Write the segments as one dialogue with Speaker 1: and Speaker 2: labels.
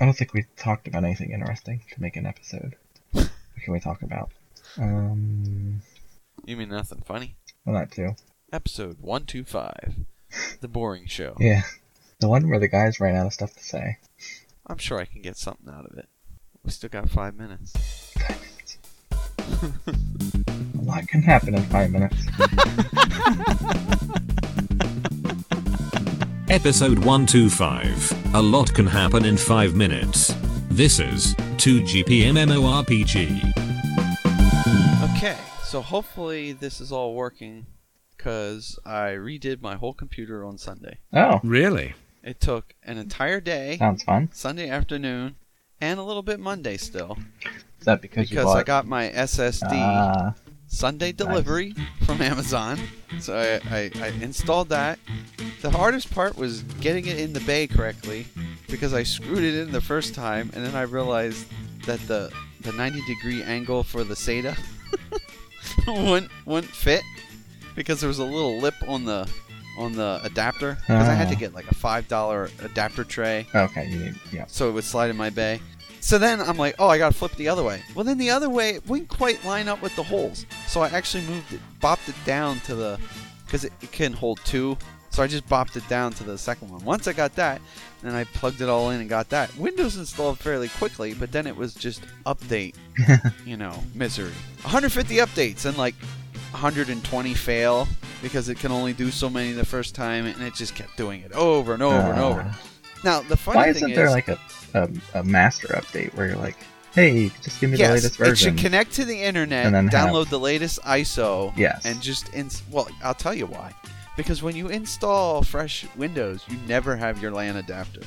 Speaker 1: I don't think we talked about anything interesting to make an episode. What can we talk about? Um,
Speaker 2: You mean nothing funny?
Speaker 1: well, that too.
Speaker 2: Episode 125 The Boring Show.
Speaker 1: Yeah, the one where the guys ran out of stuff to say.
Speaker 2: I'm sure I can get something out of it. We still got five minutes.
Speaker 1: A lot can happen in five minutes.
Speaker 3: Episode 125. A lot can happen in 5 minutes. This is 2GPMMORPG.
Speaker 2: Okay, so hopefully this is all working because I redid my whole computer on Sunday.
Speaker 1: Oh,
Speaker 4: Really?
Speaker 2: It took an entire day,
Speaker 1: sounds fun.
Speaker 2: Sunday afternoon, and a little bit Monday still
Speaker 1: Is that because, you
Speaker 2: because
Speaker 1: bought?
Speaker 2: I got my SSD.
Speaker 1: Ah,
Speaker 2: Sunday delivery from Amazon. So I, I, I installed that. The hardest part was getting it in the bay correctly because I screwed it in the first time and then I realized that the, the 90 degree angle for the SATA wouldn't, wouldn't fit because there was a little lip on the on the adapter because I had to
Speaker 1: Ah.
Speaker 2: get like a $5 adapter tray
Speaker 1: uh, okay, you need. Yeah,
Speaker 2: so it would slide in my bay. So then I'm like, oh, I gotta flip the other way. Well, then the other way wouldn't quite line up with the holes, so I actually moved it, bopped it down to the, because it, it can hold two. So I just bopped it down to the second one. Once I got that, then I plugged it all in and got that. Windows installed fairly quickly, but then it was just update, you know, misery. 150 updates and like 120 fail because it can only do so many the first time, and it just kept doing it over and over and over.
Speaker 1: Ah.
Speaker 2: Now the funny
Speaker 1: Why
Speaker 2: thing
Speaker 1: isn't there
Speaker 2: is,
Speaker 1: like a, a a master update where you're like, hey, just give me the latest
Speaker 2: it
Speaker 1: version?
Speaker 2: should connect to the internet,
Speaker 1: and then have-
Speaker 2: download the latest ISO,
Speaker 1: Yes.
Speaker 2: and just ins- well, I'll tell you why. Because when you install fresh Windows, you never have your LAN adapter.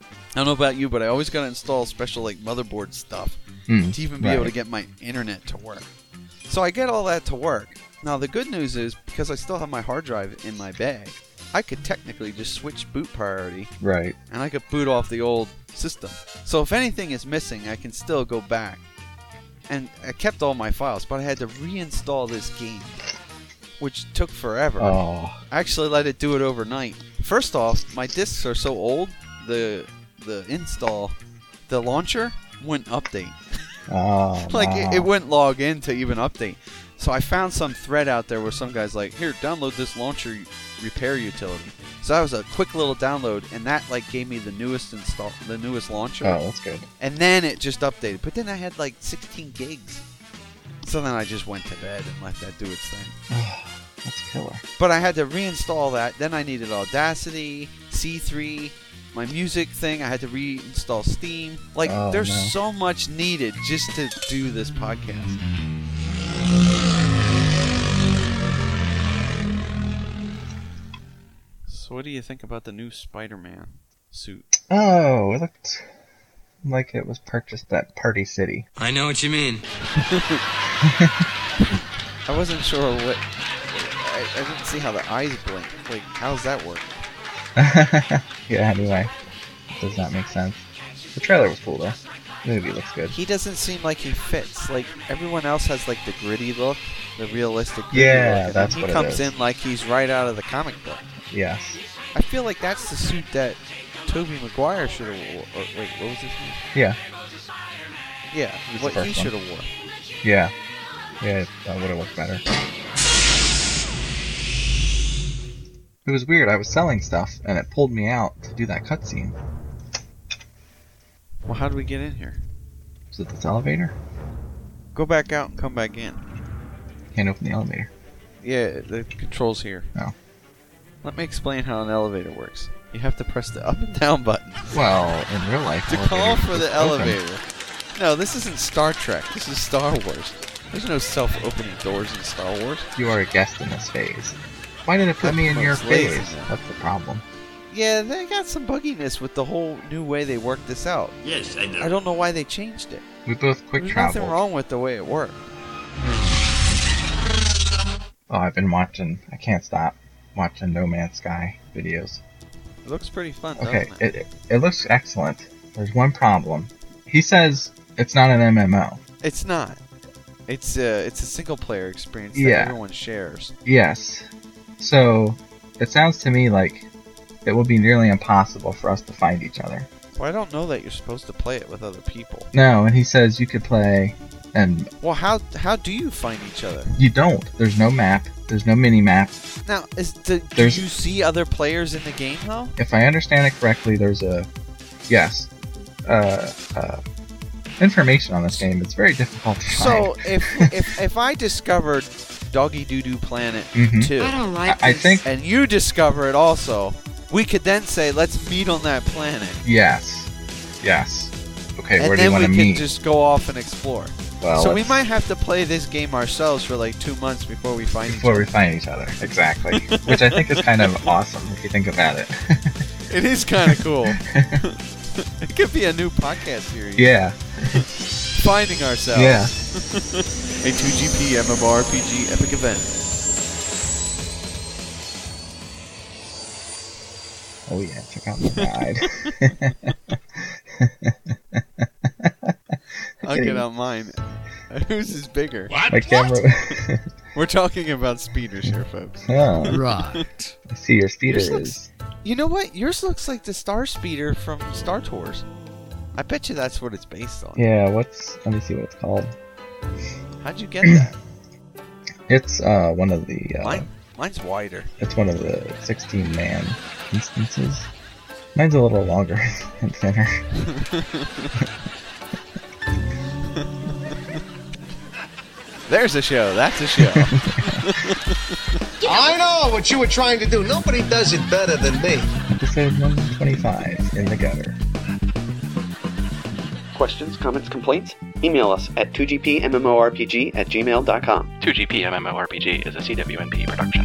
Speaker 2: I don't know about you, but I always gotta install special like motherboard stuff
Speaker 1: Hmm,
Speaker 2: to even be
Speaker 1: right.
Speaker 2: able to get my internet to work. So I get all that to work. Now the good news is because I still have my hard drive in my bag, I could technically just switch boot priority
Speaker 1: Right.
Speaker 2: and I could boot off the old system. So if anything is missing, I can still go back. And I kept all my files, but I had to reinstall this game, which took forever.
Speaker 1: Oh,
Speaker 2: I actually let it do it overnight. First off, my discs are so old, the the install, the launcher wouldn't update.
Speaker 1: oh.
Speaker 2: Like
Speaker 1: wow.
Speaker 2: it, it wouldn't log in to even update. So I found some thread out there where some guy's like, "Here, download this launcher repair utility." So that was a quick little download, and that like gave me the newest install, the newest launcher,
Speaker 1: Oh, that's good.
Speaker 2: and then it just updated. But then I had like 16 gigs, so then I just went to bed and let that do its thing.
Speaker 1: That's killer.
Speaker 2: But I had to reinstall that. Then I needed Audacity, C3, my music thing. I had to reinstall Steam. Like,
Speaker 1: Oh,
Speaker 2: there's
Speaker 1: no.
Speaker 2: so much needed just to do this podcast. So, what do you think about the new Spider-Man suit?
Speaker 1: Oh, it looked like it was purchased at Party City.
Speaker 5: I know what you mean.
Speaker 2: I wasn't sure what. I, I didn't see how the eyes blink. Like, how's that work?
Speaker 1: yeah, anyway. Does not make sense. The trailer was cool though. The movie looks good.
Speaker 2: he doesn't seem like he fits. Like everyone else has like the gritty look, the realistic. Gritty
Speaker 1: Yeah,
Speaker 2: look, and
Speaker 1: that's
Speaker 2: then
Speaker 1: what
Speaker 2: he
Speaker 1: it
Speaker 2: comes
Speaker 1: is.
Speaker 2: in like he's right out of the comic book.
Speaker 1: Yes.
Speaker 2: I feel like that's the suit that Toby Maguire should have. Or, wait, what was his name?
Speaker 1: Yeah.
Speaker 2: Yeah,
Speaker 1: was the
Speaker 2: what he
Speaker 1: first one.
Speaker 2: should have wore.
Speaker 1: Yeah. Yeah, that would have looked better. It was weird. I was selling stuff and it pulled me out to do that cutscene.
Speaker 2: Well, how do we get in here?
Speaker 1: Was it this elevator?
Speaker 2: Go back out and come back in.
Speaker 1: Can't open the elevator.
Speaker 2: Yeah, the controls here.
Speaker 1: Oh.
Speaker 2: Let me explain how an elevator works. You have to press the up and down button.
Speaker 1: Well, in real life.
Speaker 2: to
Speaker 1: elevators
Speaker 2: call for
Speaker 1: just
Speaker 2: the
Speaker 1: open.
Speaker 2: elevator. No, this isn't Star Trek. This is Star Wars. There's no self-opening doors in Star Wars.
Speaker 1: You are a guest in this phase. Why did it put me in your
Speaker 2: That's lazy.
Speaker 1: phase? That's the problem.
Speaker 2: Yeah, they got some bugginess with the whole new way they worked this out. Yes, I know. I don't know why they changed it.
Speaker 1: We both quick
Speaker 2: There's
Speaker 1: travel.
Speaker 2: nothing wrong with the way it worked.
Speaker 1: Oh, I've been watching. I can't stop watching No Man's Sky videos.
Speaker 2: It looks pretty fun,
Speaker 1: Okay,
Speaker 2: doesn't
Speaker 1: it,
Speaker 2: it?
Speaker 1: it, it looks excellent. There's one problem. He says it's not an MMO.
Speaker 2: It's not. It's a it's a single player experience that
Speaker 1: Yeah.
Speaker 2: everyone shares.
Speaker 1: Yes. So, it sounds to me like it will be nearly impossible for us to find each other.
Speaker 2: Well, I don't know that you're supposed to play it with other people.
Speaker 1: No, and he says you could play, and
Speaker 2: Well, how how do you find each other?
Speaker 1: you don't. There's no map. There's no mini map.
Speaker 2: Now, is do, do
Speaker 1: There's-
Speaker 2: you see other players in the game though?
Speaker 1: If I understand it correctly, there's a yes, uh, uh, information on this game. It's very difficult to find.
Speaker 2: So if if if I discovered Doggy Doo Doo Planet
Speaker 1: Mhm.
Speaker 2: two,
Speaker 4: I don't
Speaker 1: I,
Speaker 4: like
Speaker 1: I
Speaker 4: this.
Speaker 1: think
Speaker 2: and you discover it also, we could then say let's meet on that planet,
Speaker 1: yes, yes. Okay,
Speaker 2: and
Speaker 1: where do you
Speaker 2: then we
Speaker 1: want to
Speaker 2: can
Speaker 1: meet?
Speaker 2: just go off and explore.
Speaker 1: well,
Speaker 2: so we
Speaker 1: let's-
Speaker 2: might have to play this game ourselves for like two months before we find
Speaker 1: before we
Speaker 2: each
Speaker 1: find each other exactly, which I think is kind of awesome if you think about it.
Speaker 2: other. It is kind of cool. it could be a new podcast series.
Speaker 1: yeah,
Speaker 2: Finding ourselves.
Speaker 1: yeah.
Speaker 2: A 2GP MMORPG epic event.
Speaker 1: Oh yeah, check out the ride.
Speaker 2: I'll get on mine. Whose is bigger?
Speaker 1: My camera.
Speaker 2: We're talking about speeders here, folks.
Speaker 1: oh,
Speaker 4: Right.
Speaker 1: I see your speeder
Speaker 2: Yours looks-
Speaker 1: is.
Speaker 2: You know what? Yours looks like the Star Speeder from Star Tours. I bet you that's what it's based on.
Speaker 1: Yeah, what's? Let me see what it's called.
Speaker 2: How'd you get that?
Speaker 1: It's uh one of the. Uh,
Speaker 2: Mine, mine's wider.
Speaker 1: It's one of the 16 man instances. Mine's a little longer and thinner.
Speaker 2: There's a show. That's a show.
Speaker 5: I know what you were trying to do. Nobody does it better than me.
Speaker 1: Episode 125 in the gutter.
Speaker 6: Questions, comments, complaints? Email us at 2gpmmorpg at gmail.com.
Speaker 7: 2GP MMORPG is a CWNP production.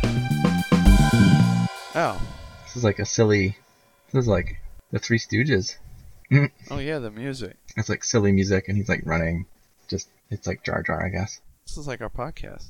Speaker 2: oh.
Speaker 1: This is like a silly. This is like the Three Stooges.
Speaker 2: Oh, yeah, the music.
Speaker 1: It's like silly music, and he's like running. Just it's like Jar Jar, I guess.
Speaker 2: This is like our podcast.